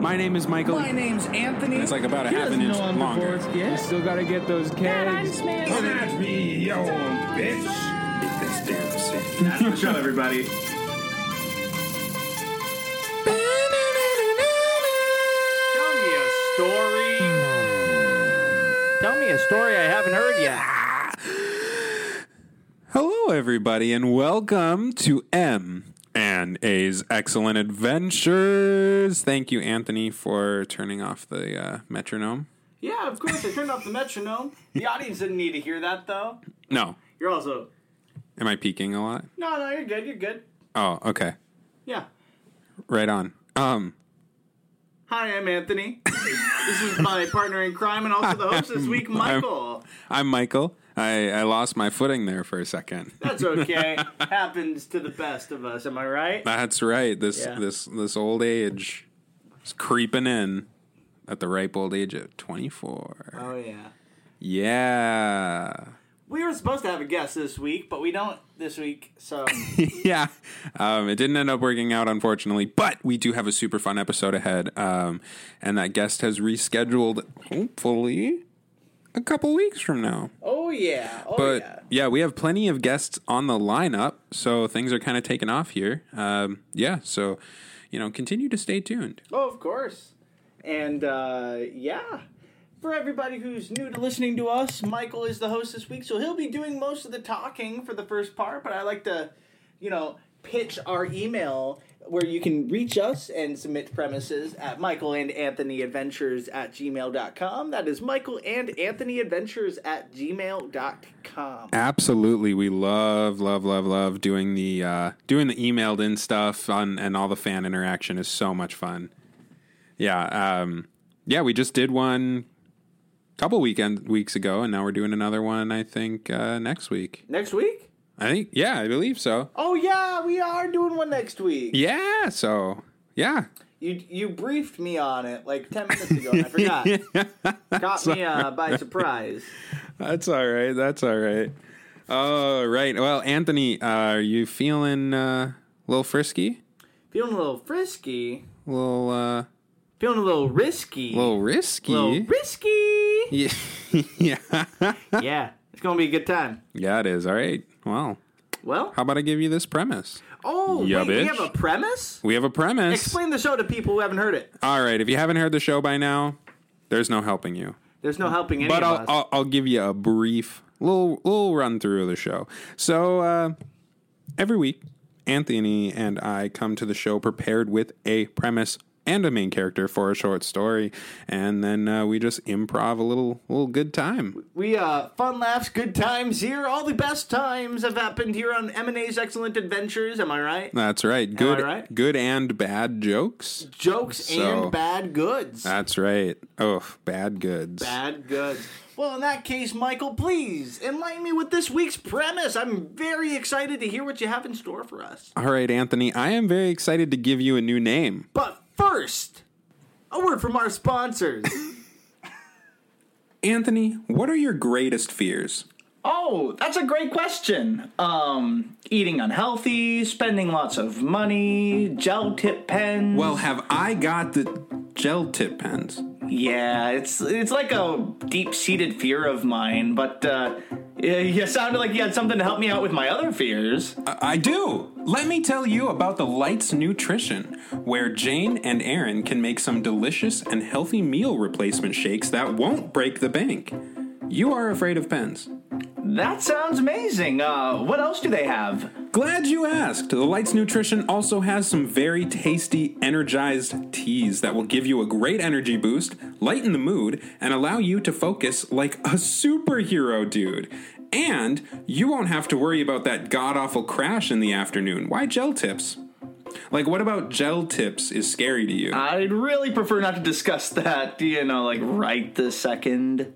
My name is Michael. My name's Anthony. It's like about a He half an doesn't inch know I'm longer. divorced yet. Still gotta get those kegs. Come at me, yo, bitch. It's embarrassing. Good show, everybody. Tell me a story. Tell me a story I haven't heard yet. Hello, everybody, and welcome to M and A's Excellent Adventures. Thank you, Anthony, for turning off the uh, metronome. Yeah, of course. I turned off the metronome. The audience didn't need to hear that, though. No, You're also. am I peeking a lot? No, no, you're good. You're good. Oh, okay, Yeah. right on. Um, Hi, I'm Anthony. this is my partner in crime and also the host this week, Michael. I'm Michael. I, I lost my footing there for a second. That's okay. Happens to the best of us. Am I right? That's right. This Yeah. this this old age is creeping in at the ripe old age of 24. Oh yeah. Yeah. We were supposed to have a guest this week, but we don't this week. So Yeah. Um, it didn't end up working out, unfortunately, but we do have a super fun episode ahead. Um, and that guest has rescheduled, hopefully, a couple weeks from now. oh yeah, oh but yeah. yeah. we have plenty of guests on the lineup, so things are kind of taking off here. Um, yeah. So, you know, continue to stay tuned. Oh, of course. And uh, yeah, for everybody who's new to listening to us, Michael is the host this week, so he'll be doing most of the talking for the first part. But I like to, you know, pitch our email where you can reach us and submit premises at michael and anthony adventures at gmail.com that is michael and anthony adventures at gmail.com Absolutely, we love, love, love, love doing the uh, doing the emailed in stuff on, and all the fan interaction is so much fun. Yeah, um, yeah, we just did one a couple weekend weeks ago, and now we're doing another one. I think uh, next week. next week I think, yeah, I believe so. oh yeah we are doing one next week Yeah, so yeah, You you briefed me on it like ten minutes ago, and I forgot. Caught me uh, by surprise. that's all right. That's all right. All right. Well, Anthony, uh, are you feeling uh, a little frisky? Feeling a little frisky. A little, uh, Feeling a little risky. a little risky. little risky. Yeah. yeah. yeah, it's gonna be a good time. Yeah, it is. All right. Well, Well, how about I give you this premise? oh Yeah, wait, we bitch. have a premise. We have a premise. Explain the show to people who haven't heard it. All right. If you haven't heard the show by now, there's no helping you. There's no helping any But of I'll, us. I'll, I'll give you a brief little, little run through of the show. So uh, every week, Anthony and I come to the show prepared with a premise and a main character for a short story, and then uh, we just improv a little, little good time. we uh, fun laughs, good times here. All the best times have happened here on M and A's Excellent Adventures. Am I right? That's right. Good, right? good and bad jokes. Jokes So- and bad goods. That's right. Oh, bad goods. Bad goods. Well, in that case, Michael, please enlighten me with this week's premise. I'm very excited to hear what you have in store for us. All right, Anthony, I am very excited to give you a new name. But first, a word from our sponsors. Anthony, what are your greatest fears? Oh, that's a great question. Um, eating unhealthy, spending lots of money, gel tip pens. Well, have I got the gel tip pens? yeah, it's it's like a deep seated fear of mine, but uh, Yeah, you sounded like you had something to help me out with my other fears. I do. Let me tell you about the Lights Nutrition, where Jane and Aaron can make some delicious and healthy meal replacement shakes that won't break the bank. You are afraid of pens. That sounds amazing. Uh, what else do they have? Glad you asked. The Lights Nutrition also has some very tasty, energized teas that will give you a great energy boost, lighten the mood, and allow you to focus like a superhero dude. And you won't have to worry about that god awful crash in the afternoon. Why gel tips? Like, what about gel tips is scary to Uh, you? I'd really prefer not to discuss that, you know, like right this second.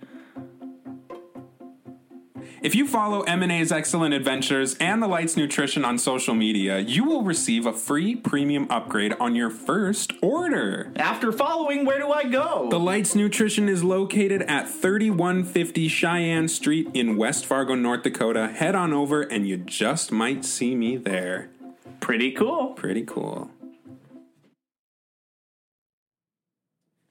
If you follow M&A's Excellent Adventures and The Lights Nutrition on social media, you will receive a free premium upgrade on your first order. After following, where do I go? The Lights Nutrition is located at 3150 Cheyenne Street in West Fargo, North Dakota. Head on over and you just might see me there. Pretty cool. Pretty cool.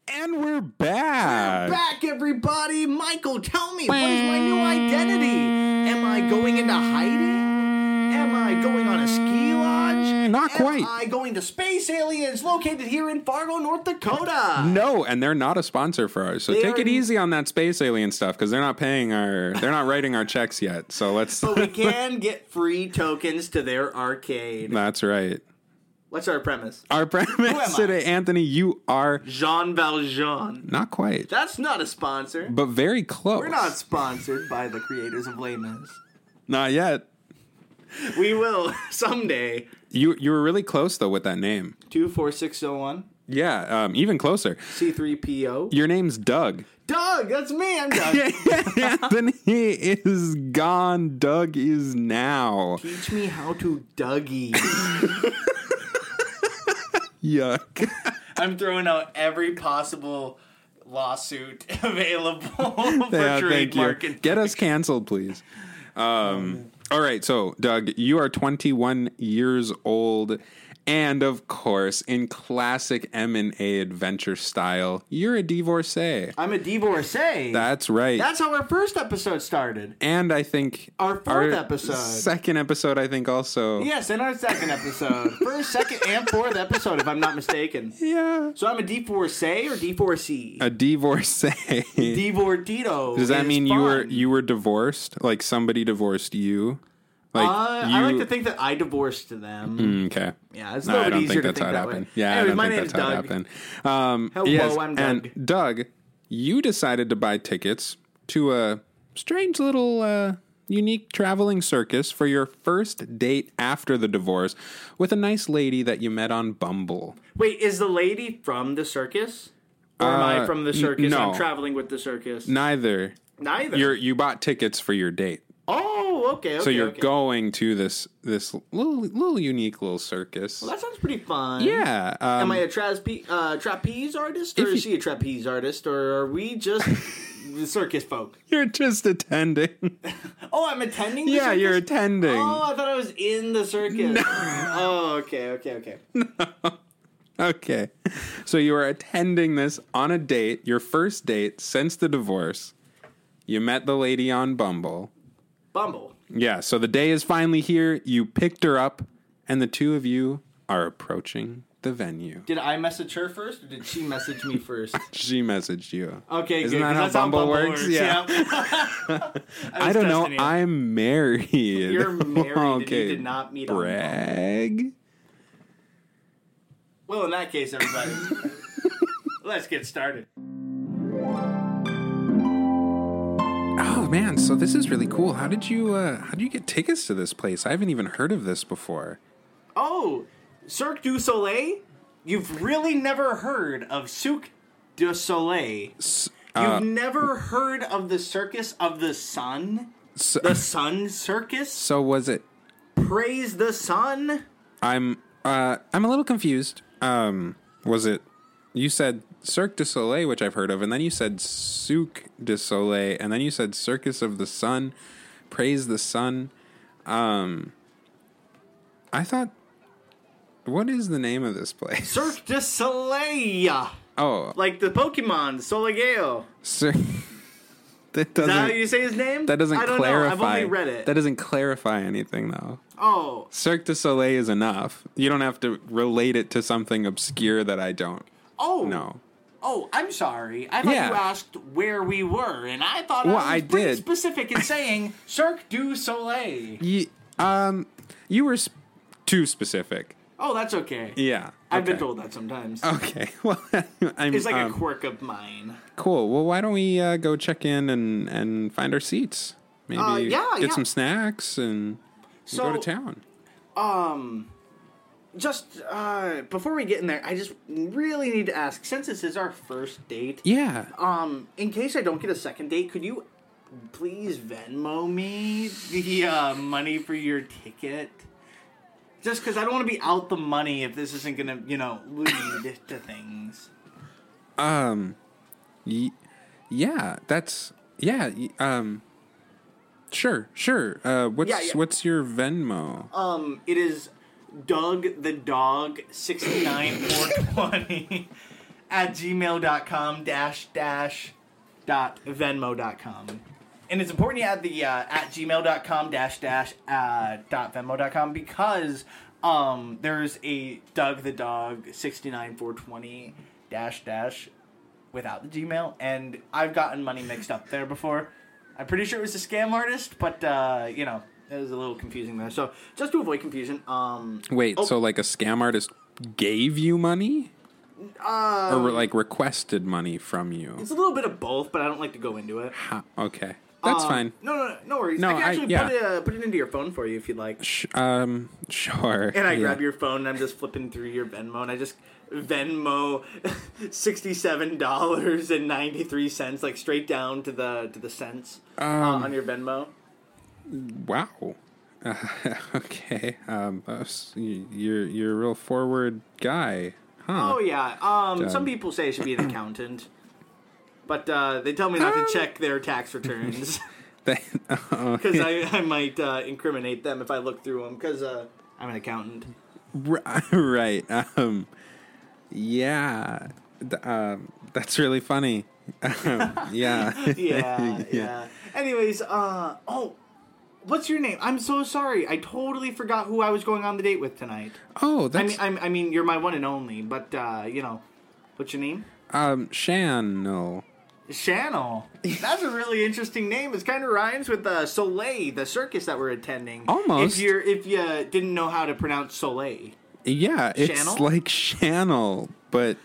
And we're back. Back, everybody. Michael, tell me, what is my new identity? Am I going into hiding? Am I going on a ski lodge? Mm, Not Am quite. I going to space aliens located here in Fargo, North Dakota? No, and they're not a sponsor for ours. So They take it are- easy on that space alien stuff because they're not paying our, they're not writing our checks yet. So let's. But we can get free tokens to their arcade. That's right. What's our premise? Our premise I? today, Anthony, you are Jean Valjean. not quite, That's not a sponsor. but very close. We're not sponsored by the creators of Les Mis. Not yet. We will someday. You you were really close though with that name. 24601 Yeah, um, even closer. C3PO. Your name's Doug. Doug, that's me. I'm Doug. Anthony is gone. Doug is now. Teach me how to Dougie. Yuck. I'm throwing out every possible lawsuit available for Yeah, thank you. trademark. Get us canceled, please. Um, all right, so Doug, you are 21 years old, and of course, in classic M and A adventure style, you're a divorcee. I'm a divorcee. That's right. That's how our first episode started. and I think Our fourth episode. second episode, I think also. Yes, in our second episode. First, second, and fourth episode, if I'm not mistaken. Yeah. So I'm a divorcee or divorcee? A divorcee. Divortito. Does that is mean you were fun. you were divorced? Like somebody divorced you? Like Mm, Uh, I like to think that I divorced them. Okay. Yeah, it's a No, little I bit don't think easier to that's think how it that way. happened. Yeah, Anyways, I don't my think name that's is how it Doug. happened. Um, Hello, yes, I'm And Doug, you decided to buy tickets to a strange little uh, unique traveling circus for your first date after the divorce with a nice lady that you met on Bumble. Wait, is the lady from the circus? Or am I Uh, from the n- circus? no. I'm traveling with the circus. Neither. Neither. You're, you bought tickets for your date. oh, okay. okay so you're okay. going to this this little little unique little circus. That sounds pretty fun. yeah. Um, Am I a trapeze, uh, trapeze artist, If or is you- she a trapeze artist, or are we just the circus folk? you're just attending. Oh, I'm attending. The yeah, circus? you're attending. Oh, I thought I was in the circus. Oh, okay, okay, okay. Okay. So you are attending this on a date, your first date since the divorce. You met the lady on Bumble. Bumble. Yeah, so the day is finally here. You picked her up, and the two of you are approaching the venue. Did I message her first, or did she message me first? She messaged you. Okay, Isn't good. that 'cause how that's Bumble works? Yeah. I, don't know. testing you. I'm married. You're married and Okay, you did not meet on Bumble. brag. Well, in that case, everybody, let's get started. Oh man, so this is really cool. How did you uh how did you get tickets to this place? I haven't even heard of this before. Oh, Cirque du Soleil? You've really never heard of Cirque du Soleil. You've uh, never heard of the Circus of the Sun? So, The Sun Circus? so was it Praise the Sun? I'm uh I'm a little confused. Um was it you said Cirque du Soleil, which I've heard of, and then you said Souk du Soleil, and then you said Circus of the Sun, Praise the Sun. Um I thought what is the name of this place? Cirque du Soleil! Oh, Like the Pokemon, Soleil. Cir- That Is that how doesn't, you say his name? that doesn't I don't clarify. know. I've only read it. That doesn't clarify anything, though. oh, Cirque du Soleil is enough. You don't have to relate it to something obscure that I don't oh, know. Oh, I'm sorry. I thought Yeah. you asked where we were, and I thought Well, I was I pretty did. specific in saying Cirque du Soleil. You, um, you were sp- too specific. Oh, that's okay. Yeah. I've been okay. told that sometimes. Okay. Well, I'm. it's like um, a quirk of mine. Cool. Well, why don't we uh, go check in and and find our seats? Maybe Uh, yeah, get yeah. some snacks and So, go to town. just uh, before we get in there, I just really need to ask since this is our first date. Yeah. Um, in case I don't get a second date, could you please Venmo me the uh, money for your ticket? Just because I don't want to be out the money if this isn't gonna, you know, lead to things. Y- yeah. That's yeah. y- Um. Sure. Sure. Uh. What's Yeah, Uh, yeah. What's your Venmo? It is Doug the Dog 69420 at gmail.com dash dash dot venmo.com. And it's important you add the uh, at gmail.com dash dash uh, dot venmo.com because um, there's a Doug the Dog 69420 dash dash without the Gmail, and I've gotten money mixed up there before. I'm pretty sure it was a scam artist, but uh, you know, it was a little confusing there. So just to avoid confusion, um, Wait. oh. So like a scam artist gave you money? Uh, or re- like requested money from you? it's a little bit of both, but I don't like to go into it. Ha, okay. That's fine. No, no, no, no worries. No, I can I- actually yeah. put, it, uh, put it into your phone for you if you'd like. Sh- um. Sure. And I yeah. grab your phone and I'm just flipping through your Venmo and I just Venmo sixty-seven dollars and ninety-three cents, like straight down to the to the cents uh, Um, on your Venmo. Wow. okay. Um, that's- y- you're you're a real forward guy, huh? Oh yeah. Um, some people say I should be an accountant, but uh, they tell me not to check their tax returns because I, I might uh, incriminate them if I look through them because uh, I'm an accountant. right. Um, yeah. Th- um, that's really funny. Um, yeah. Yeah, yeah. Anyways, uh, oh, what's your name? I'm so sorry. I totally forgot who I was going on the date with tonight. Oh, I that's mean, I'm, I mean, you're my one and only, but uh, you know, what's your name? um Shan. No. Channel. That's a really interesting name. It's kind of rhymes with uh, Soleil, the circus that we're attending. Almost. If you are if you didn't know how to pronounce Soleil, Yeah, it's Channel? like Channel, but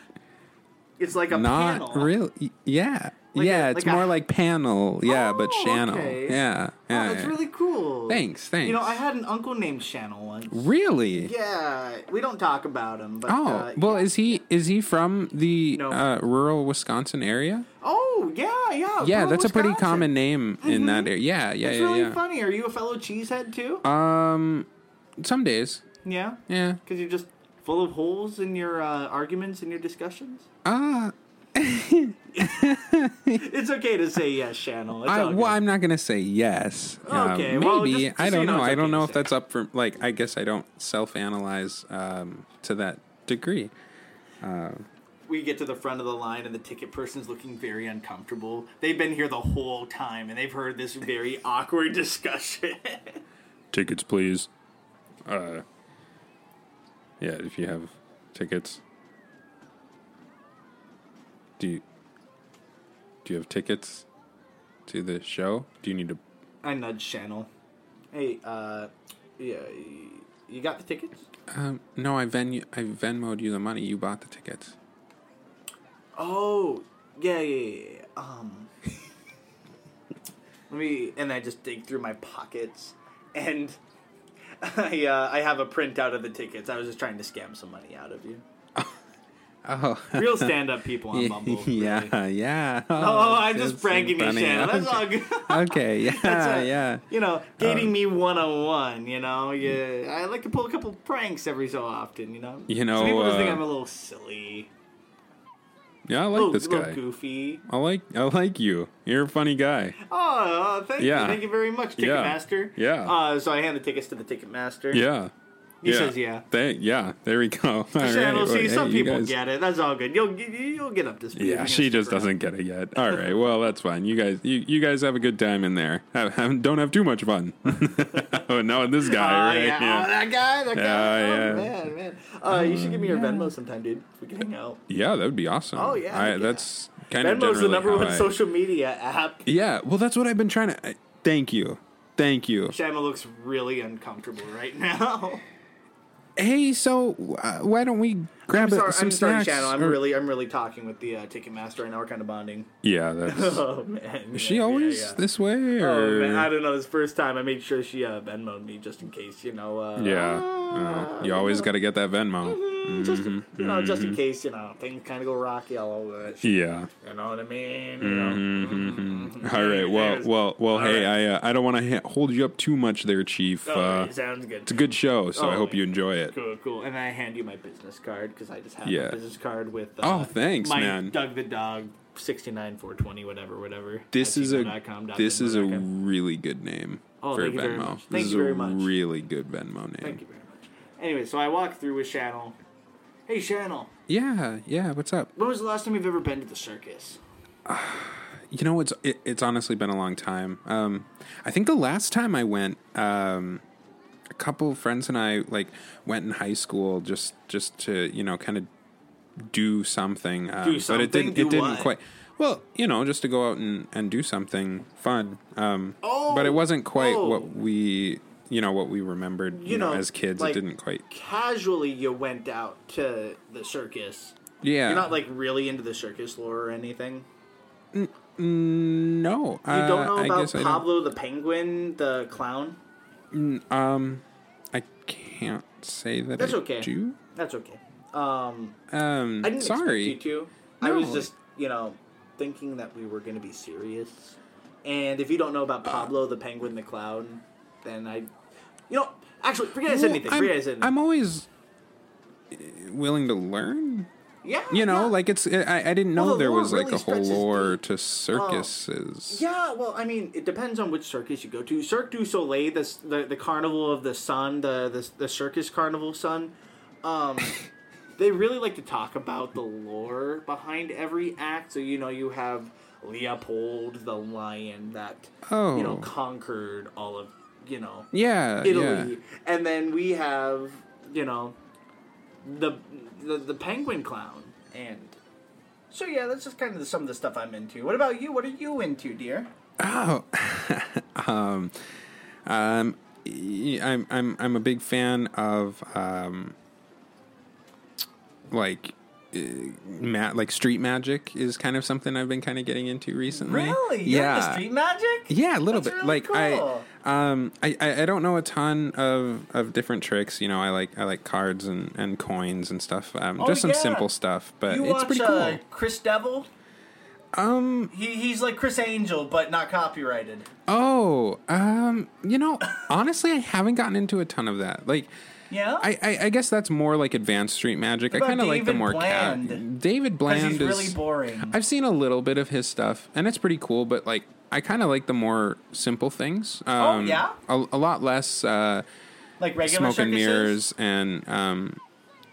it's like a not panel. real. y- Yeah. Like yeah, a- it's like a- more like panel. Yeah, but Oh, Channel. okay. Yeah. Oh, yeah, that's yeah. really cool. Thanks, thanks. You know, I had an uncle named Channel once. Really? Yeah, we don't talk about him, but Oh uh, well, is he is he from the No. uh, rural Wisconsin area? oh yeah, yeah, Yeah, rural that's a pretty Wisconsin. common name in that area. Yeah, yeah, It's yeah. really yeah. funny. Are you a fellow cheesehead too? Um, some days. yeah, Yeah. because you're just full of holes in your uh, arguments and your discussions. Uh, It's okay to say yes, Channel. It's I, all good. well, I'm not gonna say yes. Um, Okay, maybe well, just- I just so don't you know, know. it's I okay don't to know if say. that's up for like. I guess I don't self-analyze um, to that degree. we get to the front of the line and the ticket person's looking very uncomfortable. They've been here the whole time and they've heard this very awkward discussion. Tickets, please. Uh, yeah, if you have tickets. Do you, do you have tickets to the show? Do you need to? I nudge Channel. Hey, uh, yeah, you got the tickets? Um, no, I Ven I Venmoed you the money. You bought the tickets. Oh, yeah, yeah, yeah. yeah. Um, let me, and I just dig through my pockets and I, uh, I have a printout of the tickets. I was just trying to scam some money out of you. Oh, Real stand up people on Bumble. yeah, really. yeah. Oh, I'm that's just pranking you, funny. Channel. That's Okay. all good. Okay, yeah, That's a- yeah. Um, You know, dating me 101, you know? Yeah, I like to pull a couple pranks every so often, you know? You know, Some people just think uh, I'm a little silly. Yeah, I A like little, this little guy. goofy. I like I like you. You're a funny guy. Oh, uh, thank Yeah. you. Thank you very much, Yeah. Ticketmaster. Yeah. Uh, so I hand the tickets to the Ticketmaster. Yeah. He says yeah. They, yeah, there we go. All right. Channel Well, C, hey, some you people guys- get it. That's all good. You'll you'll get up to speed. Yeah, You're she gonna just stick around. doesn't get it yet. All right, well that's fine. You guys, you, you guys have a good time in there. Have, have, don't have too much fun. oh no, this Oh, guy, right? yeah. Oh, that guy, that guy. Yeah, oh, yeah. Ah. man, man. Uh, you should give me your Venmo sometime, dude. We can hang out. Yeah, that would be awesome. Oh, yeah, I, yeah. that's kind of Venmo's the generally number how one I- social media app. Yeah, well, that's what I've been trying to. I, thank you, thank you. Shama looks really uncomfortable right now. Hey, so uh, why don't we grab I'm a- sorry, some I'm sorry, snacks? Shannon. I'm or- really, I'm really talking with the uh, Ticketmaster right now. We're kind of bonding. Yeah, that's. Oh man, Is she always this way? Or... Oh man, I don't know. This first time, I made sure she uh, Venmoed me just in case, you know. Uh, Yeah. Oh, you always got to get that Venmo. mm, Just you know, just Mm-hmm. in case you know things kind of go rocky all over. That shit, Yeah. You know what I mean? You know. Mm-hmm. All right. Well, There's- well, well. hey, I uh, I don't want to ha- hold you up too much, there, Chief. Oh, Uh, sounds good. it's a good show, so I Oh, hope you enjoy it. Cool, cool. And I hand you my business card because I just have Yeah. a business card with. Uh, Oh, thanks, my man. Doug the dog, sixty nine four twenty, whatever, whatever. This at is a gmail.com, dot this is a Venmo dot com. really good name Oh, for thank you very Venmo. much. This Thank is you very a much. really good Venmo name. Thank you very much. Anyway, so I walk through with Channel. Hey, Channel, Yeah, yeah. What's up? when was the last time you've ever been to the circus? You know, it's it, it's honestly been a long time. Um, I think the last time I went, um, a couple of friends and I like went in high school just just to you know kind of do something. Um, But something? it didn't. Do it didn't what? quite. Well, you know, just to go out and, and do something fun. Um, but it wasn't quite oh. what we you know what we remembered. You, You know, know, as kids, like- it didn't quite. Casually, you went out to the circus. Yeah, You're not like really into the circus lore or anything. no. You don't know Uh, I about guess I don't. Pablo the penguin, the clown. I can't say that. That's I okay. Uh, Do That's okay. Um, um. I didn't sorry. expect you to. I No. was just, you know, thinking that we were going to be serious. And if you don't know Uh. about Pablo the Penguin the Cloud, then I, you know, actually forget I said Well, anything. I'm, Forget I said anything. I'm always uh, willing to learn. yeah, You know, yeah. like it's. eh, I, I didn't know Well, the there lore was like really a whole stretches lore deep. Oh. to circuses. Yeah, well, I mean, it depends on which circus you go to. Cirque du Soleil, the the, the carnival of the sun, the, the the circus carnival sun. Um, they really like to talk about the lore behind every act. So you know, you have Leopold the lion that you Oh. know conquered all of you know Yeah. Italy, Uh, yeah. and then we have you know the the, the penguin clown and. So yeah, that's just kind of some of the stuff I'm into. What about you? What are you into, dear? Y- I'm I'm I'm a big fan of um like uh, ma- like street magic is kind of something I've been kind of getting into recently. Really? You're Yeah. into street magic? Yeah, a little bit. That's really like cool. I, um, I, I, I don't know a ton of, of different tricks. You know, I like I like cards and, and coins and stuff. Um, Oh, just some yeah. simple stuff, but You it's watch pretty cool. uh, Chris Devil? Um, he, he's like Chris Angel, but not copyrighted. oh, um, you know, honestly, I haven't gotten into a ton of that. Like, Yeah, I, I, I guess that's more like advanced street magic. I about kind of like the David more ca- Bland? David because Bland he's is really boring. I've seen a little bit of his stuff, and it's pretty cool. But like, I kind of like the more simple things. Um, Oh, yeah? a, a lot less uh, like regular smoke and circuses? mirrors, and um,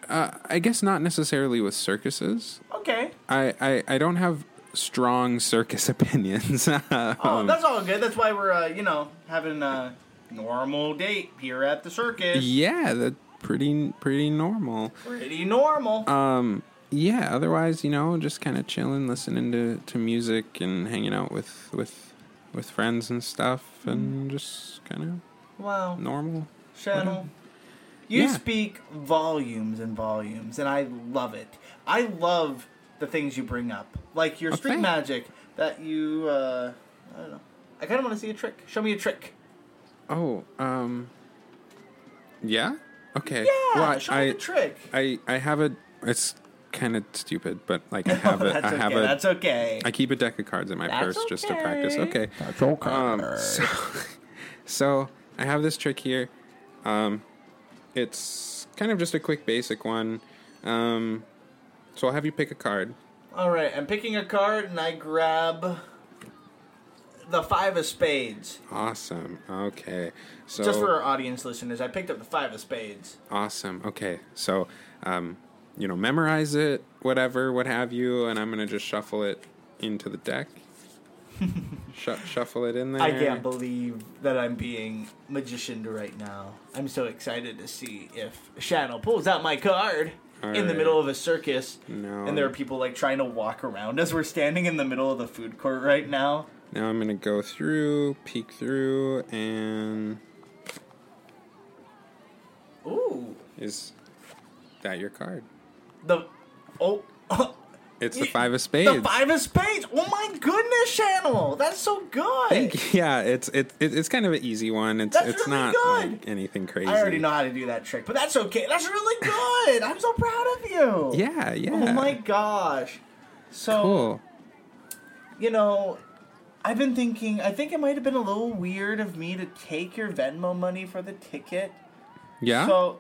uh, I guess not necessarily with circuses. Okay, I I, I don't have strong circus opinions. Um, oh, that's all good. That's why we're uh, you know having a normal date here at the circus. yeah, that's pretty pretty normal. Pretty normal. Uh, yeah otherwise you know just kind of chilling listening to, to music and hanging out with with with friends and stuff and just kind wow, of normal Channel. You Yeah. speak volumes and volumes, and I love it. I love the things you bring up, like your street Oh, thank- magic that you. Uh, I don't know. I kind of want to see a trick. Show me a trick. oh um yeah okay Yeah, Well, I- show me the trick. I, I have a it's kind of stupid but like i have a that's i have okay. a that's okay. I keep a deck of cards in my That's purse just to practice. okay. Okay. That's okay. Um, so, so I have this trick here. Um, it's kind of just a quick basic one. Um, so I'll have you pick a card. All right, I'm picking a card, and I grab the five of spades. Awesome. Okay. So Just for our audience listeners, I picked up the five of spades. awesome. Okay. So, um, you know, memorize it, whatever, what have you, and I'm gonna just shuffle it into the deck. Shu- shuffle it in there. I can't believe that I'm being magicianed right now. I'm so excited to see if Shadow pulls out my card in the Alright. middle of a circus. No. And there are people like trying to walk around as we're standing in the middle of the food court right now. Now I'm gonna go through, peek through, and Ooh. is that your card? The oh It's the five of spades. the five of spades. Oh my goodness, Channel. That's so good. yeah, it's it's it- it's kind of an easy one. It's That's it's really not good. like anything crazy. I already know how to do that trick, but that's okay. That's really good. I'm so proud of you. Yeah, yeah. Oh my gosh. So Cool. you know, I've been thinking. I think it might have been a little weird of me to take your Venmo money for the ticket. Yeah. So,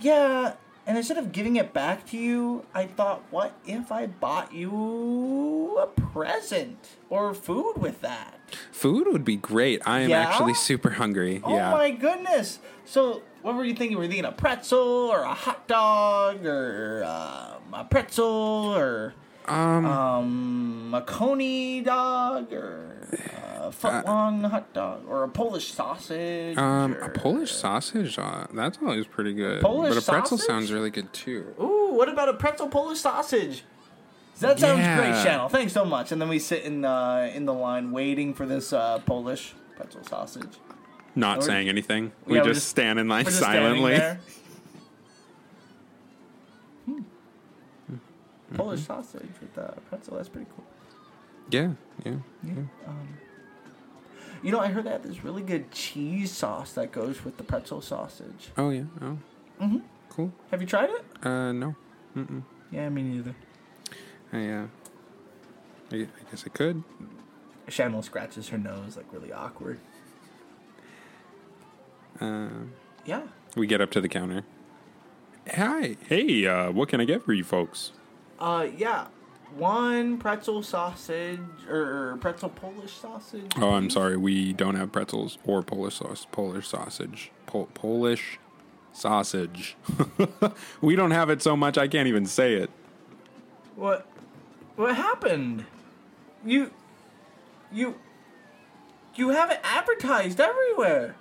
yeah. And instead of giving it back to you, I thought, what if I bought you a present or food with that? Food would be great. I am Yeah? actually super hungry. Oh yeah. my goodness! So, what were you thinking? Were you thinking a pretzel or a hot dog or um, a pretzel or Um, um, a coney dog or a foot long hot dog or a Polish sausage? Uh, um, or... a Polish sausage. Uh, that's always pretty good. Polish but a pretzel sausage? sounds really good too. Ooh, what about a pretzel Polish sausage? That sounds Yeah. great, Channel. Thanks so much. And then we sit in uh, in the line waiting for this uh, Polish pretzel sausage. Not we're- saying anything. We yeah, we're just, just- stand in line We're just standing silently. there. Hmm. Polish sausage with uh, pretzel. That's pretty cool. Yeah. Yeah. You know, I heard they have this really good cheese sauce that goes with the pretzel sausage. Oh yeah. Oh. Mm-hmm. Cool. Have you tried it? Uh, no. Yeah, me neither. I uh, I, gu- I guess I could. Shannon scratches her nose like really awkward. Uh, Yeah. we get up to the counter. Hi. Hey. Uh, what can I get for you folks? Uh, yeah. One pretzel sausage or pretzel Polish sausage. Oh, I'm sorry. We don't have pretzels or Polish sauce. Polish sausage. Pol- Polish sausage. we don't have it so much I can't even say it. What? What happened? You, you, you have it advertised everywhere.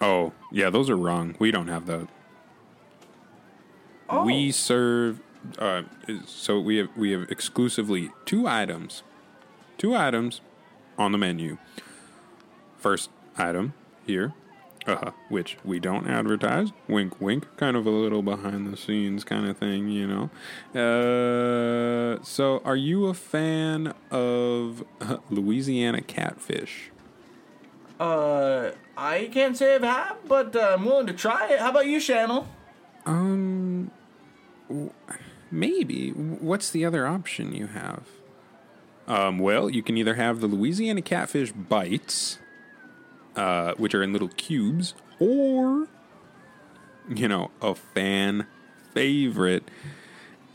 Oh, yeah, those are wrong. We don't have that. Oh, We serve. Uh, so we have we have exclusively two items, two items on the menu. First item here, uh, which we don't advertise. Wink, wink. Kind of a little behind the scenes kind of thing, you know. Uh, so, are you a fan of uh, Louisiana catfish? uh, I can't say I've had, but uh, I'm willing to try it. How about you, Channel? Um, w- maybe. What's the other option you have? Um, well, you can either have the Louisiana catfish bites, uh, which are in little cubes, or, you know, a fan favorite,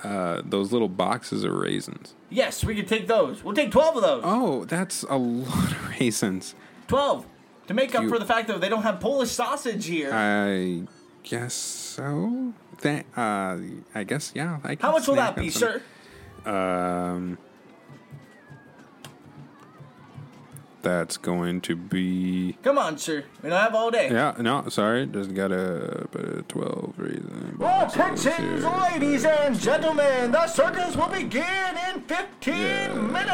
uh, those little boxes of raisins. Yes, we could take those. We'll take twelve of those. Oh, that's a lot of raisins. Twelve to make up You- for the fact that they don't have Polish sausage here. I guess so. That, uh, I guess, yeah. I can How much will snack that on be, some- sir? Um, that's going to be Come on, sir. We don't have all day. yeah. No, sorry, just got a but twelve reason. Attention, ladies and gentlemen, the circus will begin in 15 minutes.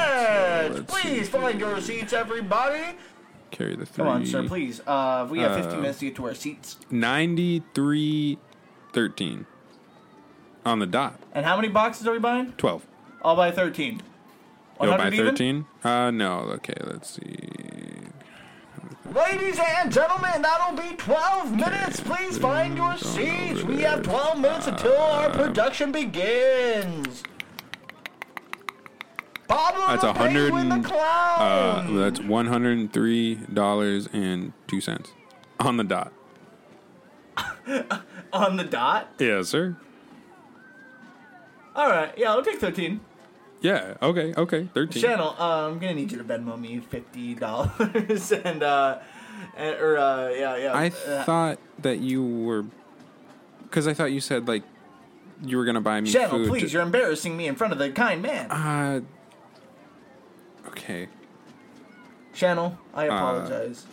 let's Please find your seats, everybody. Carry the three. Come on, sir, please. Uh, we have 15 minutes to get to our seats. Ninety-three, thirteen. On the dot, And how many boxes are we buying? twelve. All by 13. Go 100 by even? thirteen. Uh, no. Okay, let's see. Ladies and gentlemen, that'll be 12 minutes. Please find your Don't seats. over We have there. 12 minutes until Ah. our production begins. Pablo That's a the Penguin hundred and the Clown. uh, that's one hundred and three dollars and two cents on the dot. On the dot? uh, Yeah, sir. All right, yeah, I'll take 13. Yeah. Okay. Okay. Thirteen. Channel, uh, I'm gonna need you to Venmo me fifty dollars and uh, and, or uh, yeah, yeah. I uh, thought that you were, because I thought you said like you were gonna buy me Channel, food. please, you're embarrassing me in front of the kind man. uh, okay. Channel, I apologize.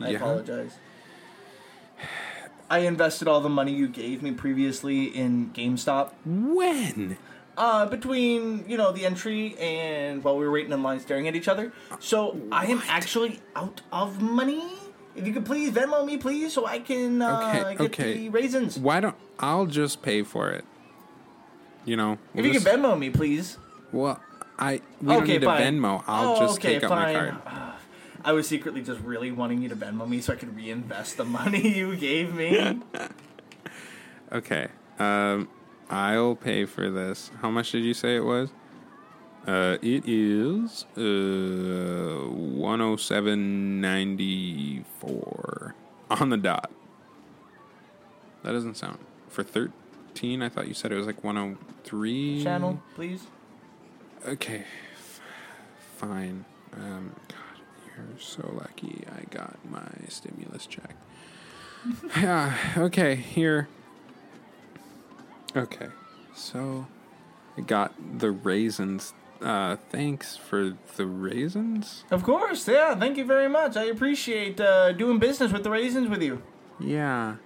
I Uh, yeah. apologize. I invested all the money you gave me previously in GameStop. When? Uh, between you know the entry and while we were waiting in line staring at each other. So I am actually out of money. If you could please Venmo me, please, so I can uh, Okay, get okay. the raisins. Why don't I'll just pay for it? You know. If we'll you just- can Venmo me, please. Well, I we don't Okay, need fine. a Venmo. I'll Oh, just okay, take out fine. my card. I was secretly just really wanting you to Venmo me so I could reinvest the money you gave me. Okay. Um, I'll pay for this. How much did you say it was? Uh, it is uh one oh seven ninety four on the dot. That doesn't sound for thirteen. I thought you said it was like one oh three. Channel, please. Okay. f- Fine. Um, God, you're so lucky. I got my stimulus check. yeah. Okay. Here. Okay. So, I got the raisins. Uh, thanks for the raisins. Of course, yeah. Thank you very much. I appreciate uh, doing business with the raisins with you. Yeah.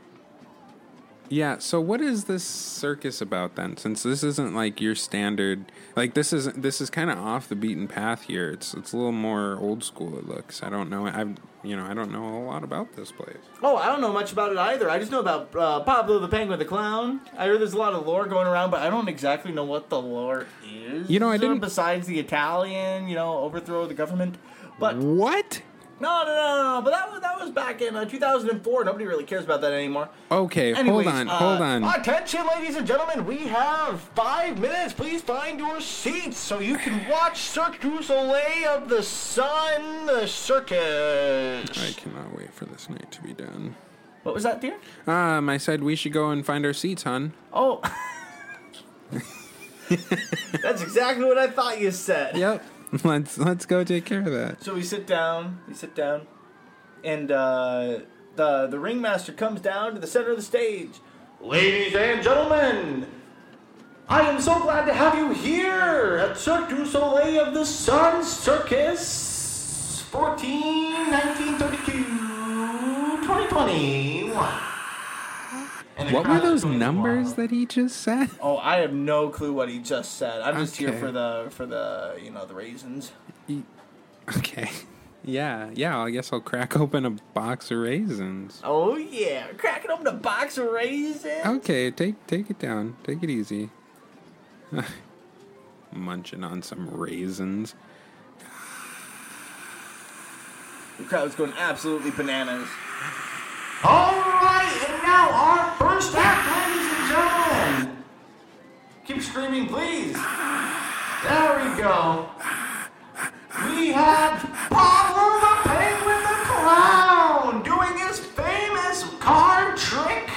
Yeah, so what is this circus about then? Since this isn't like your standard like this is this is kind of off the beaten path here. It's it's a little more old school it looks. I don't know. I have you know, I don't know a lot about this place. Oh, I don't know much about it either. I just know about uh, Pablo the Penguin the Clown. I heard there's a lot of lore going around, but I don't exactly know what the lore is. You know, I So, didn't- Besides the Italian, you know, overthrow of the government. But no, What? no, no, no. But that was that was back in uh, 2004. Nobody really cares about that anymore. Okay, hold Anyways, on. uh, hold on. Attention, ladies and gentlemen. We have five minutes. Please find your seats so you can watch Cirque du Soleil of the Sun the Circus. I cannot wait for this night to be done. What was that, dear? Um, I said we should go and find our seats, hon. Oh. That's exactly what I thought you said. Yep. let's let's go take care of that. So we sit down, we sit down, and uh, the the ringmaster comes down to the center of the stage. Ladies and gentlemen, I am so glad to have you here at Cirque du Soleil of the Sun Circus 14, 1932, 2021. And the What were crowd those goes numbers wild. that he just said? Oh, I have no clue what he just said. I'm just here Okay. for the for the you know the raisins. Okay. Yeah, yeah, I guess I'll crack open a box of raisins. Oh yeah, cracking open a box of raisins. Okay, take take it down. Take it easy. Munching on some raisins. The crowd's going absolutely bananas. All right, and now our first act, ladies and gentlemen. Keep screaming, please. There we go. We had Pablo the Penguin the Clown doing his famous card trick.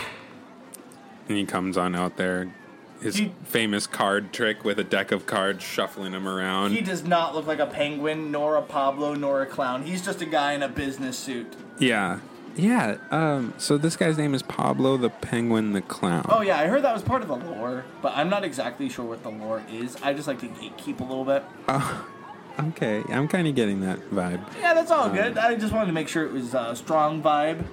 And he comes on out there, his He- famous card trick with a deck of cards, shuffling them around. He does not look like a penguin, nor a Pablo, nor a clown. He's just a guy in a business suit. yeah, yeah. Um, so this guy's name is Pablo the Penguin the Clown. Oh yeah, I heard that was part of the lore, but I'm not exactly sure what the lore is. I just like to gatekeep a little bit. Okay, I'm kind of getting that vibe. Yeah, that's Mm. all good. I just wanted to make sure it was uh, strong vibe.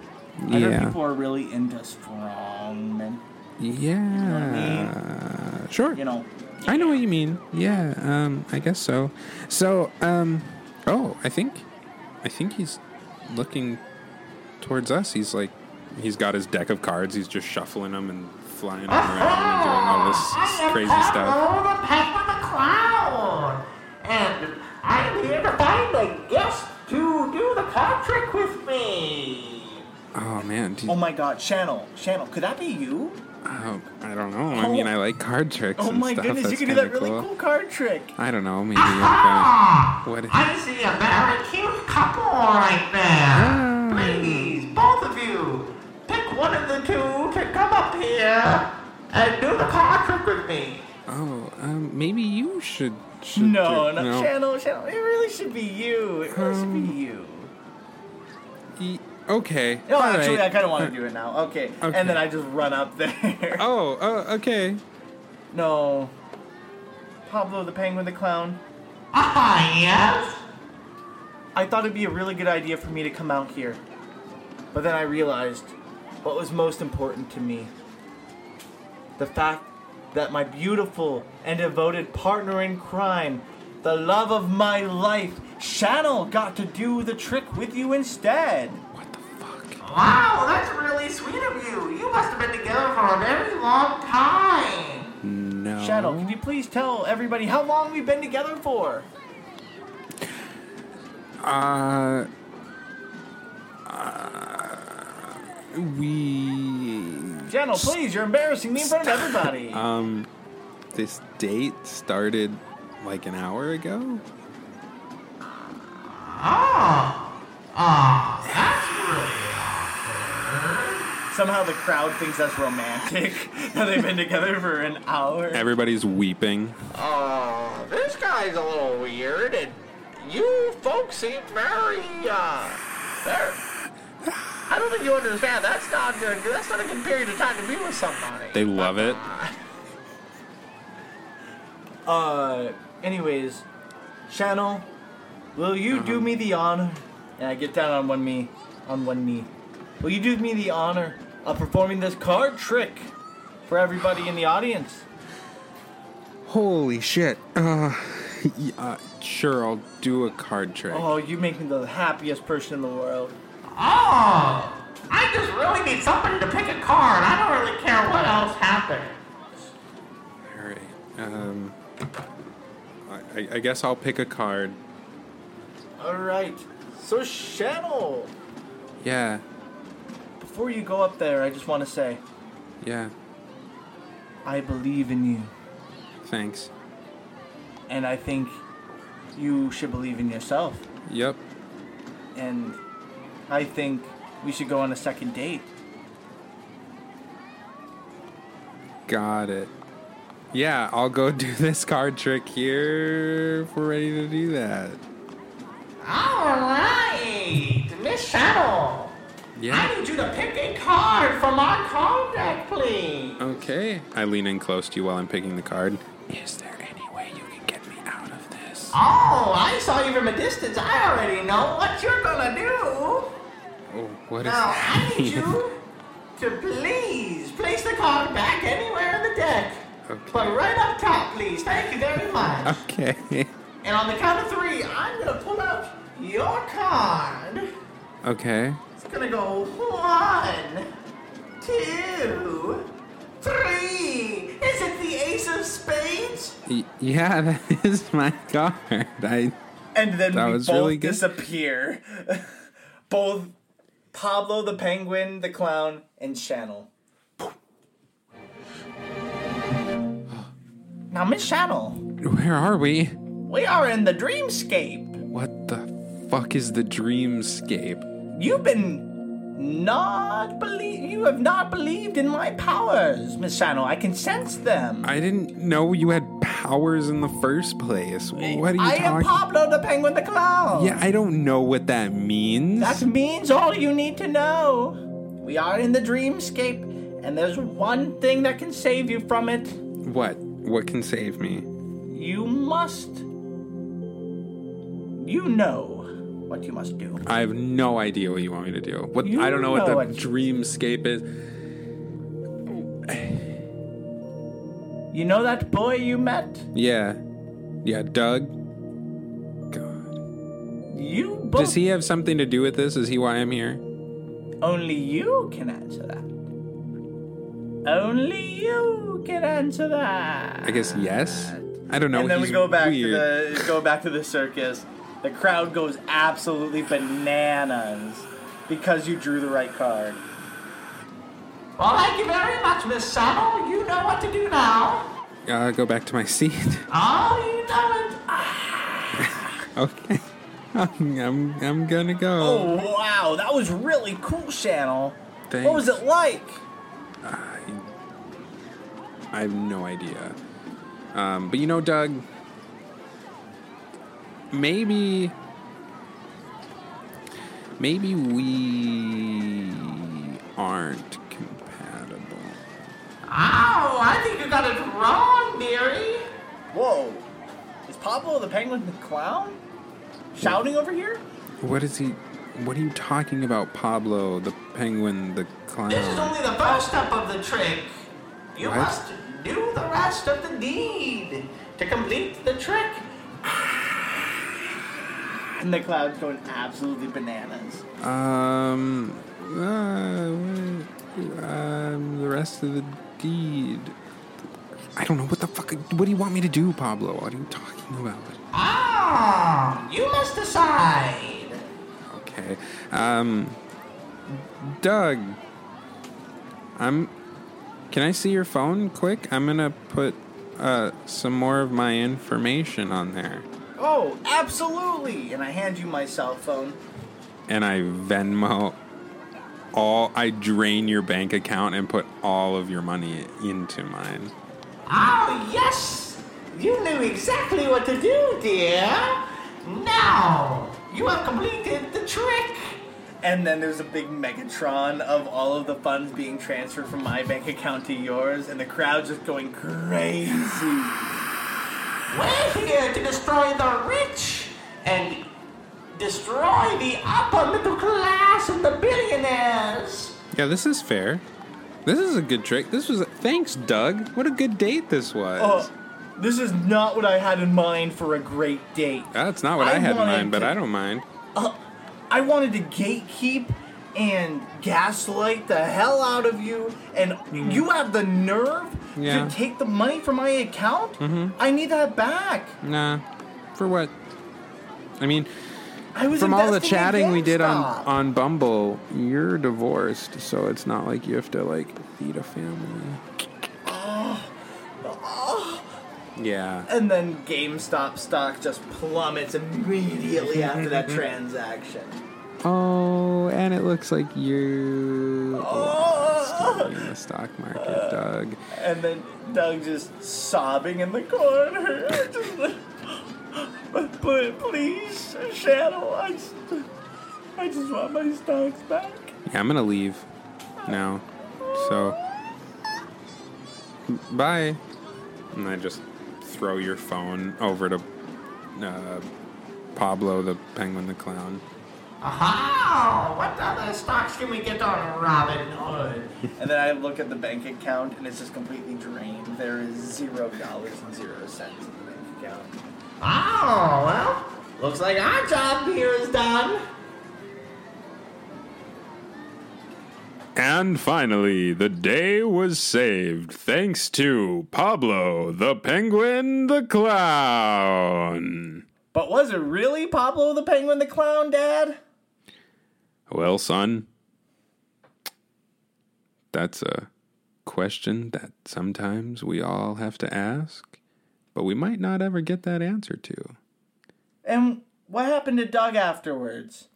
I heard Yeah. people are really into strong men. Yeah, sure. You know, I know what you mean. Yeah, um, I guess so. So, um, oh, I think, I think he's looking towards us. He's like, he's got his deck of cards. He's just shuffling them and flying them around and doing all I this am crazy stuff. Pablo the Penguin the Clown, and I'm here to find a guest to do the card trick with me. Oh man, do you- oh my god, Channel, Channel, could that be you? oh, I don't know. I mean, I like card tricks. Oh and my stuff. goodness, That's you can do kinda that really cool. cool. card trick. I don't know. Maybe. I'm gonna, what? I see a very cute couple right Ah. there. Please, both of you, pick one of the two to come up here and do the card trick with me. Oh, um, maybe you should. should No, do- no, channel, channel. It really should be you. It really should Um, be you. E- okay. No, all actually, right. I kind of want to do it now. Okay. Okay. And then I just run up there. Oh, uh, okay. No. Pablo the Penguin the Clown. Ah, yes? I thought it'd be a really good idea for me to come out here. But then I realized what was most important to me the fact that my beautiful and devoted partner in crime, the love of my life, Channel, got to do the trick with you instead. Wow, that's really sweet of you. You must have been together for a very long time. No. Channel, can you please tell everybody how long we've been together for? Uh, uh, we. Channel, please, you're embarrassing me in front of everybody. This date started like an hour ago. Somehow the crowd thinks that's romantic. that they've been together for an hour. Everybody's weeping. Oh, this guy's a little weird, and you folks seem very, uh, very. I don't think you understand. That's not good. That's not a good period of time to be with somebody. They love it. Uh, anyways, Channel, will you do me the honor? And I get down on one knee. On one knee. Will you do me the honor of performing this card trick for everybody in the audience? Holy shit. Uh, y- uh, sure, I'll do a card trick. Oh, you make me the happiest person in the world. Oh, I just really need somebody to pick a card. I don't really care what else happens. All right. Um, I- I, I guess I'll pick a card. All right. So Channel, Yeah. before you go up there, I just want to say, Yeah. I believe in you. Thanks. and I think you should believe in yourself. Yep. And I think we should go on a second date. Got it. Yeah, I'll go do this card trick here if we're ready to do that. All right, Miss Shadow. I Yeah. need you to pick a card from our card deck, please. Okay. I lean in close to you while I'm picking the card. Is there any way you can get me out of this? Oh, I saw you from a distance. I already know what you're gonna do. Oh, what is Now, I that? need you to please place the card back anywhere in the deck. Okay. But right up top, please. Thank you very much. Okay. And on the count of three, I'm gonna pull out your card. Okay. It's gonna go one, two, three. Is it the ace of spades? Y- yeah, that is my card. I And then That we was both really good. disappear. both Pablo the Penguin, the Clown, and Channel. Now, Miss Channel, Where are we? we are in the dreamscape. What the fuck is the dreamscape? You've been not believe you have not believed in my powers, Miss Channel. I can sense them. I didn't know you had powers in the first place. What are you I am talking? Pablo the Penguin the Clown. yeah, I don't know what that means. That means all you need to know. We are in the dreamscape, and there's one thing that can save you from it. what? What can save me? You must. You know what you must do. I have no idea what you want me to do. What? You I don't know, what know the what- dreamscape is. You know that boy you met? Yeah, yeah, Doug. God, You both. does he have something to do with this? Is he why I'm here? Only you can answer that. Only you can answer that. I guess yes. I don't know. Uh, and then we he's go back weird. to the go back to the circus. The crowd goes absolutely bananas because you drew the right card. Well, thank you very much, Miss Saddle. You know what to do now. Uh, go back to my seat. Oh, you know it. okay. I'm, I'm, I'm gonna go. Oh wow, that was really cool, Channel. What Thanks. was it like? I have no idea. Um, but you know, Doug, maybe, maybe we aren't compatible. Ow! Oh, I think you got it wrong, Mary. Whoa. Is Pablo the Penguin the clown? Shouting over here? What is he? What are you talking about, Pablo? The penguin, the This is clown? only the first step of the trick. You What? must do the rest of the deed to complete the trick. And the cloud's going absolutely bananas. Um, uh, um, the rest of the deed. I don't know what the fuck. What do you want me to do, Pablo? What are you talking about? Ah! You must decide. Okay. Um, Doug, I'm. Can I see your phone quick? I'm gonna put uh, some more of my information on there, Oh, absolutely! And I hand you my cell phone. and I Venmo all. I drain your bank account and put all of your money into mine. Oh, yes! You knew exactly what to do, dear. Now, you have completed the trick. And then there's a big Megatron of all of the funds being transferred from my bank account to yours, and the crowd just going crazy. We're here to destroy the rich and destroy the upper middle class and the billionaires. Yeah, this is fair. This is a good trick. This was. Thanks, Doug. What a good date this was. Oh, this is not what I had in mind for a great date. That's not what I, I had in wanted mind, but to- I don't mind. I wanted to gatekeep and gaslight the hell out of you, and you have the nerve Mm-hmm. Yeah. Mm-hmm. to take the money from my account? I need that back. Nah. For what? I mean, I was from all the investing in chatting we did on GameStop. on Bumble, you're divorced, so it's not like you have to like feed a family. Yeah. And then GameStop stock just plummets immediately after that transaction. Oh, and it looks like you Oh. in the stock market, Doug. And then Doug just sobbing in the corner. Just like, "But please, Shadow, I just, I just want my stocks back. Yeah, I'm gonna leave now. So bye. And I just throw your phone over to uh, Pablo the Penguin the Clown. Aha! What other stocks can we get on Robin Hood? And then I look at the bank account and it's just completely drained. There is zero dollars and zero cents in the bank account. Oh, well, looks like our job here is done. And finally, the day was saved thanks to Pablo the Penguin the Clown. But was it really Pablo the Penguin the Clown, Dad? Well, son, that's a question that sometimes we all have to ask, but we might not ever get that answer to. And what happened to Doug afterwards?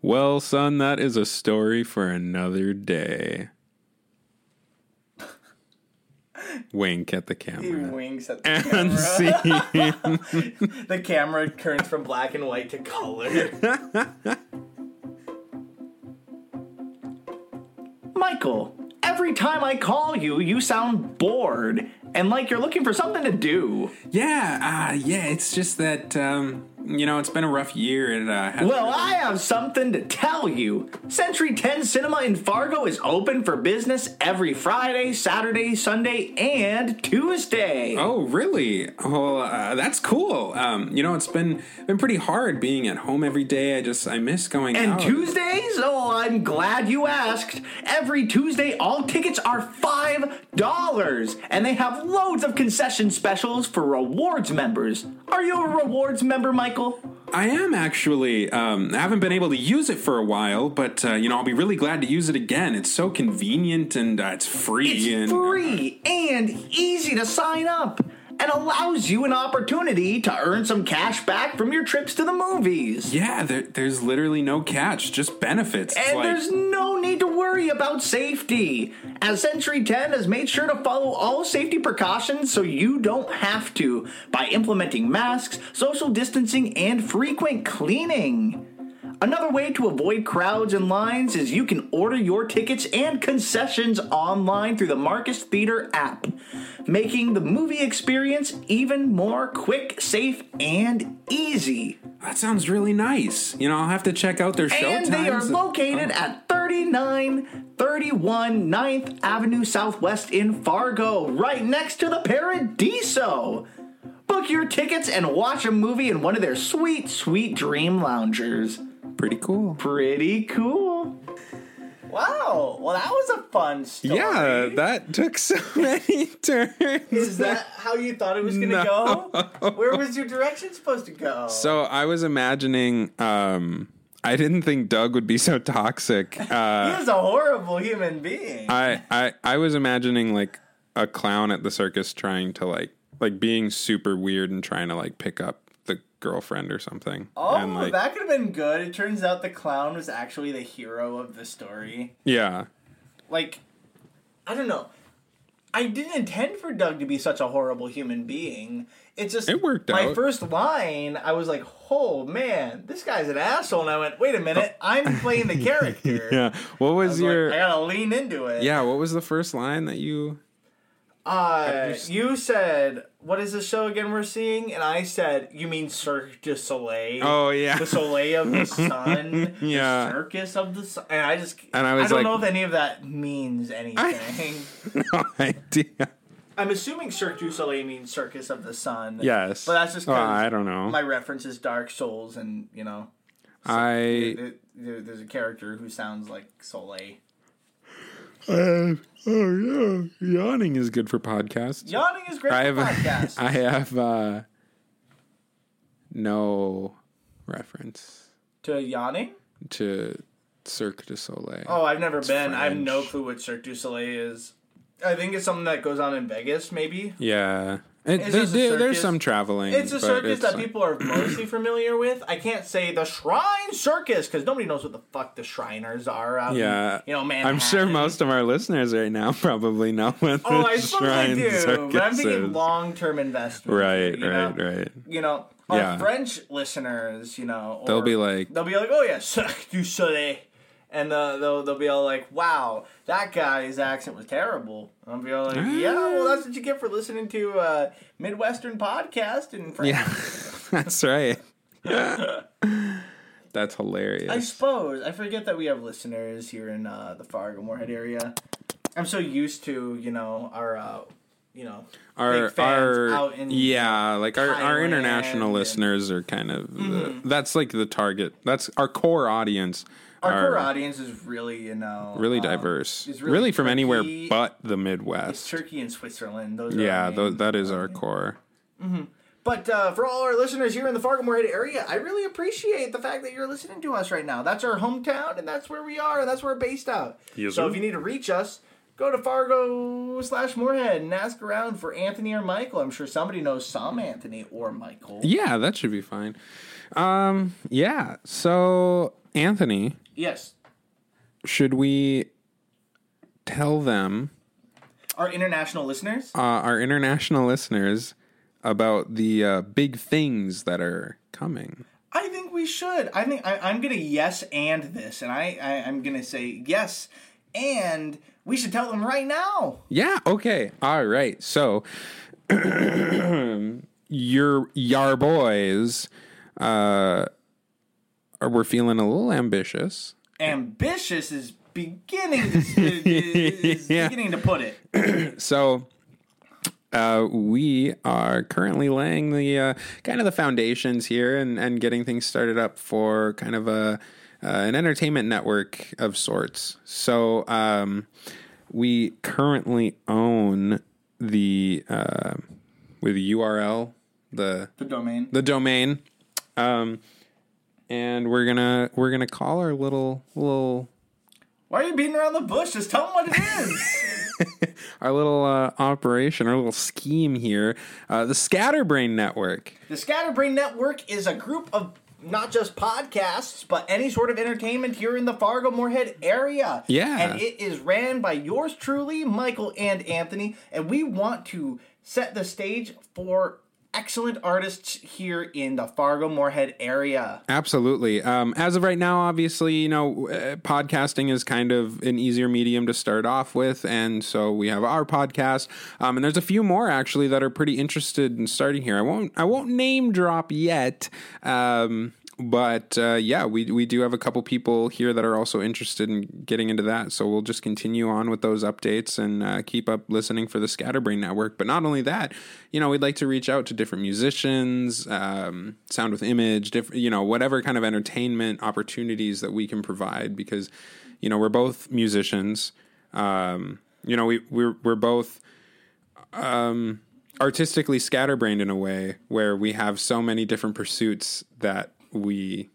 Well, son, that is a story for another day. Wink at the He camera. winks at the And see. The camera turns from black and white to color. Michael, every time I call you, you sound bored and like you're looking for something to do. Yeah, uh, yeah. It's just that um, you know it's been a rough year, and uh, has- Well, I have something to tell you. Century 10 Cinema in Fargo is open for business every Friday, Saturday, Sunday, and Tuesday. oh really? Well, uh, that's cool. Um, you know, it's been been pretty hard being at home every day. I just I miss going And out. Tuesdays? Oh, I'm glad you asked. Every Tuesday, all tickets are $5, and they have loads of concession specials for rewards members. Are you a rewards member, Michael? I am actually. Um, I haven't been able to use it for a while, but uh, you know I'll be really glad to use it again. It's so convenient and uh, it's free. and, It's free and easy to sign up and allows you an opportunity to earn some cash back from your trips to the movies. Yeah, there, there's literally no catch, just benefits. It's And like- there's no need to worry worry about safety, as Century 10 has made sure to follow all safety precautions so you don't have to by implementing masks, social distancing, and frequent cleaning. Another way to avoid crowds and lines is you can order your tickets and concessions online through the Marcus Theater app, making the movie experience even more quick, safe, and easy. That sounds really nice. You know, I'll have to check out their Oh, show and they are times. located at 3931 9th Avenue Southwest in Fargo, right next to the Paradiso. Book your tickets and watch a movie in one of their sweet, sweet dream loungers. Pretty cool. Pretty cool. Wow. Well, that was a fun story. Yeah, that took so many turns. Is that how you thought it was going to go? Where was your direction supposed to go? So I was imagining. um I didn't think Doug would be so toxic. Uh, He is a horrible human being. I, I I was imagining like a clown at the circus trying to like like being super weird and trying to like pick up the girlfriend or something. Oh, and like that could have been good. It turns out the clown was actually the hero of the story. yeah. Like, I don't know. I didn't intend for Doug to be such a horrible human being. It's just It worked My out. first line, I was like, "Oh man, this guy's an asshole," and I went, "Wait a minute, I'm playing the character." Yeah. What was, I was like, your I gotta lean into it. Yeah, what was the first line that you Uh, you said, "What is the show again we're seeing?" And I said, "You mean Cirque du Soleil?" Oh, yeah. the Soleil of the Sun. Yeah. the circus of the sun. And I just, And I was don't like- know if any of that means anything. no idea. I, am assuming Cirque du Soleil means Circus of the Sun. Yes. but that's just Oh, 'cause I don't know. My reference is Dark Souls, and you know, I there, there- there's a character who sounds like Soleil. uh, oh yeah, yawning is good for podcasts. Yawning is great I for have podcasts. I have uh no reference to yawning. to Cirque du Soleil. Oh, I've never been. I have no French. clue what Cirque du Soleil is. I think it's something that goes on in Vegas, maybe. Yeah. It, It's they just a do- there's circus. some traveling. It's a but circus it's that like- people are mostly familiar with. I can't say the Shrine Circus because nobody knows what the fuck the Shriners are. Out in, Yeah. you know, man. I'm sure most of our listeners right now probably know what Oh, the I suppose I Shrine do, Circus but I'm is. thinking long-term investment. Right, you right, know? right. You know, our Yeah. French listeners, you know, They'll or- be like- they'll be like, oh yeah, Cirque du Soleil, and uh, they'll they'll be all like, wow, that guy's accent was terrible. And I'll be all like, yeah, well, that's what you get for listening to uh, Midwestern podcast in French. Yeah. That's right. That's hilarious. I suppose I forget that we have listeners here in uh, the Fargo Moorhead area. I'm so used to you know our uh, you know our big fans our out in yeah, like our, our Thailand international and- Mm-hmm. listeners are kind of the- that's like the target. That's our core audience. our are core audience is really you know really um, diverse. is Really, really from anywhere Turkey- but the Midwest. Turkey and Switzerland. Those are Yeah, our tho- main- that is our core. But uh, for all our listeners here in the Fargo Moorhead area, I really appreciate the fact that you're listening to us right now. That's our hometown, and that's where we are, and that's where we're based out. so if you need to reach us, go to Fargo slash Moorhead and ask around for Anthony or Michael. I'm sure somebody knows some Anthony or Michael. Yeah, that should be fine. Um, yeah. So, Anthony, Yes, should we tell them our international listeners. uh, our international listeners about the uh, big things that are coming? I think we should. I think I, I'm gonna yes and this, and I, I I'm gonna say yes, and we should tell them right now. Yeah. Okay. All right. So, your yar boys, uh, are- we're feeling a little ambitious. ambitious is beginning to, is is beginning to put it. So uh, we are currently laying the uh, kind of the foundations here and, and getting things started up for kind of a uh, an entertainment network of sorts. So um, we currently own the uh, with URL the The domain. the domain, um, and we're gonna we're gonna call our little little Why are you beating around the bush? Just tell them what it is. our little uh, operation, our little scheme here, uh, the Scatterbrain Network. the Scatterbrain Network is a group of not just podcasts, but any sort of entertainment here in the Fargo Moorhead area. Yeah. And it is ran by yours truly, Michael and Anthony. And we want to set the stage for excellent artists here in the Fargo Moorhead area. Absolutely. Um, as of right now, obviously, you know, uh, podcasting is kind of an easier medium to start off with, and so we have our podcast, um, and there's a few more actually that are pretty interested in starting here. I won't, I won't name drop yet, um, but uh, yeah, we we do have a couple people here that are also interested in getting into that, so we'll just continue on with those updates and uh, keep up listening for the Scatterbrain Network. But not only that, you know, we'd like to reach out to different musicians, um, sound with image, diff- you know, whatever kind of entertainment opportunities that we can provide because, you know, we're both musicians. Um, you know, we we're, we're both um, artistically scatterbrained in a way where we have so many different pursuits that we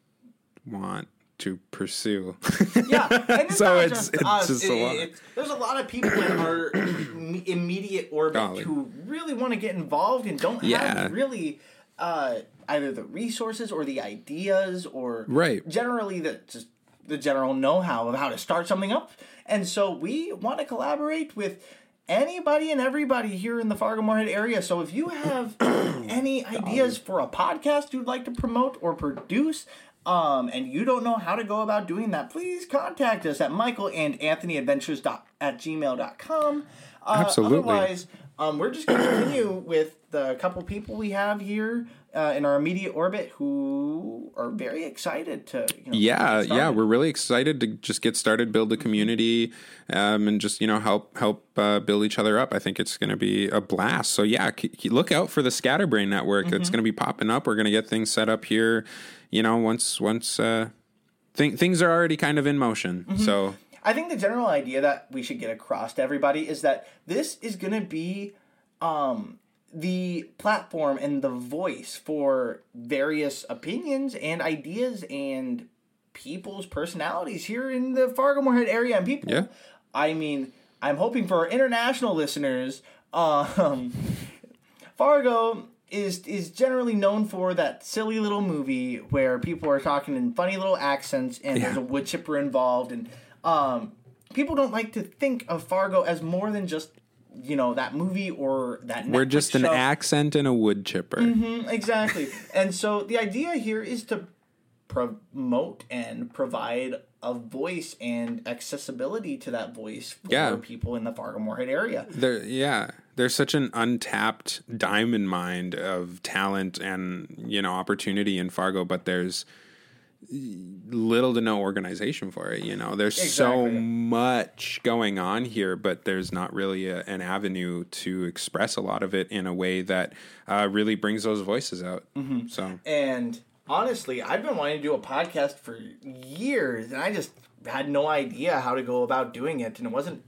want to pursue. Yeah, and it's So not it's- just it's us. just a It- lot. it's- there's a lot of people in our im- immediate orbit Golly. who really want to get involved and don't Yeah. have really uh, either the resources or the ideas or Right. generally the just the general know-how of how to start something up. And so we want to collaborate with anybody and everybody here in the Fargo Moorhead area. So if you have any ideas for a podcast you'd like to promote or produce, um, and you don't know how to go about doing that, please contact us at michael and anthony adventures dot, at gmail.com. Uh, Absolutely. Otherwise, um, we're just going to continue with the couple people we have here uh, in our immediate orbit who are very excited to. You know, yeah, get started. yeah, we're really excited to just get started, build a community, um, and just you know help help uh, build each other up. I think it's going to be a blast. So yeah, k- k- look out for the Scatterbrain Network. Mm-hmm. It's going to be popping up. We're going to get things set up here. You know, once once uh, th- things are already kind of in motion. Mm-hmm. So I think the general idea that we should get across to everybody is that this is going to be um, the platform and the voice for various opinions and ideas and people's personalities here in the Fargo Moorhead area. And people, Yeah. I mean, I'm hoping for our international listeners. Um, Fargo is is generally known for that silly little movie where people are talking in funny little accents and there's a wood chipper involved and um people don't like to think of Fargo as more than just you know that movie or that we're Netflix just an show. accent and a wood chipper. exactly and so the idea here is to promote and provide a voice and accessibility to that voice for Yeah. people in the Fargo Moorhead area there yeah there's such an untapped diamond mine of talent and you know opportunity in fargo but there's little to no organization for it you know there's so Exactly. much going on here but there's not really a, an avenue to express a lot of it in a way that uh, really brings those voices out so Mm-hmm. And honestly, I've been wanting to do a podcast for years, and I just had no idea how to go about doing it. And it wasn't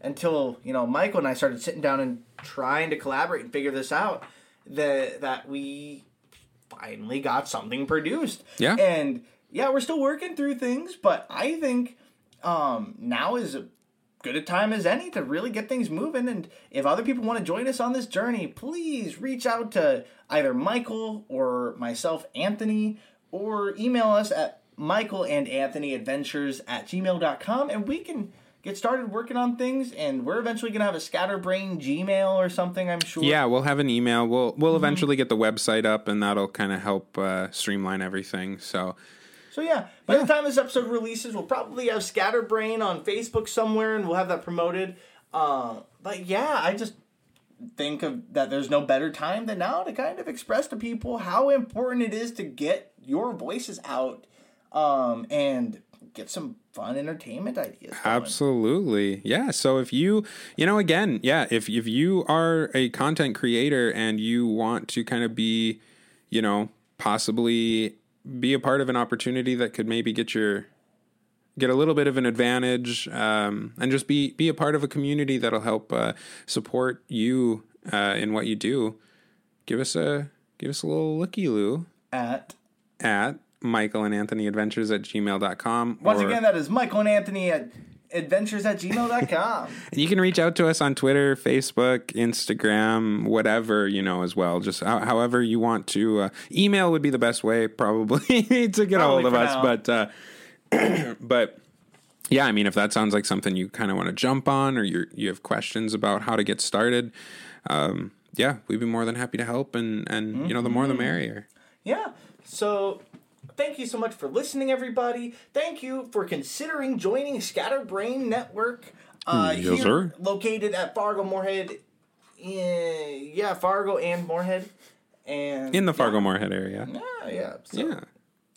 until you know Michael and I started sitting down and trying to collaborate and figure this out that that we finally got something produced. Yeah. And yeah, we're still working through things, but I think um, now is a good a time as any to really get things moving. And if other people want to join us on this journey, please reach out to either Michael or myself, Anthony, or email us at Michael and Anthony Adventures at gmail.com and we can get started working on things. And we're eventually going to have a scatterbrain Gmail or something, I'm sure. yeah we'll have an email we'll we'll Mm-hmm. eventually get the website up and that'll kind of help uh, streamline everything so So yeah, by the time this episode releases, we'll probably have Scatterbrain on Facebook somewhere, and we'll have that promoted. Uh, but yeah, I just think of that. There's no better time than now to kind of express to people how important it is to get your voices out, um, and get some fun entertainment ideas. going. Absolutely. Yeah. So if you, you know, again, yeah, if if you are a content creator and you want to kind of be, you know, possibly be a part of an opportunity that could maybe get your get a little bit of an advantage um, and just be be a part of a community that'll help uh, support you uh, in what you do. Give us a give us a little looky loo At at Michael and Anthony Adventures at gmail.com. once again, that is Michael and Anthony at adventures at gmail.com. And you can reach out to us on Twitter, Facebook, Instagram, whatever, you know, as well. Just how, however you want to. Uh, email would be the best way, probably, to get a hold of for us. now. But, uh, but yeah, I mean, if that sounds like something you kind of want to jump on or you you have questions about how to get started, um, yeah, we'd be more than happy to help. And, and you know, the more the merrier. yeah. So thank you so much for listening, everybody. Thank you for considering joining Scatterbrain Network. Uh, Mm, Yes, sir. Located at Fargo Moorhead. eh, Yeah, Fargo and Moorhead. And In the Fargo Moorhead area. yeah, yeah. So, Yeah.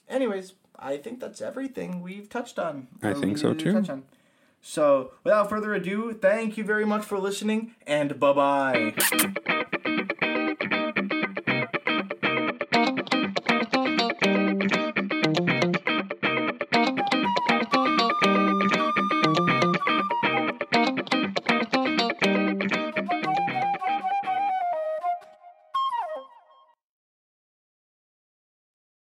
anyways, I think that's everything we've touched on. I or think we so, needed to too. touch on. So, without further ado, thank you very much for listening, and bye bye.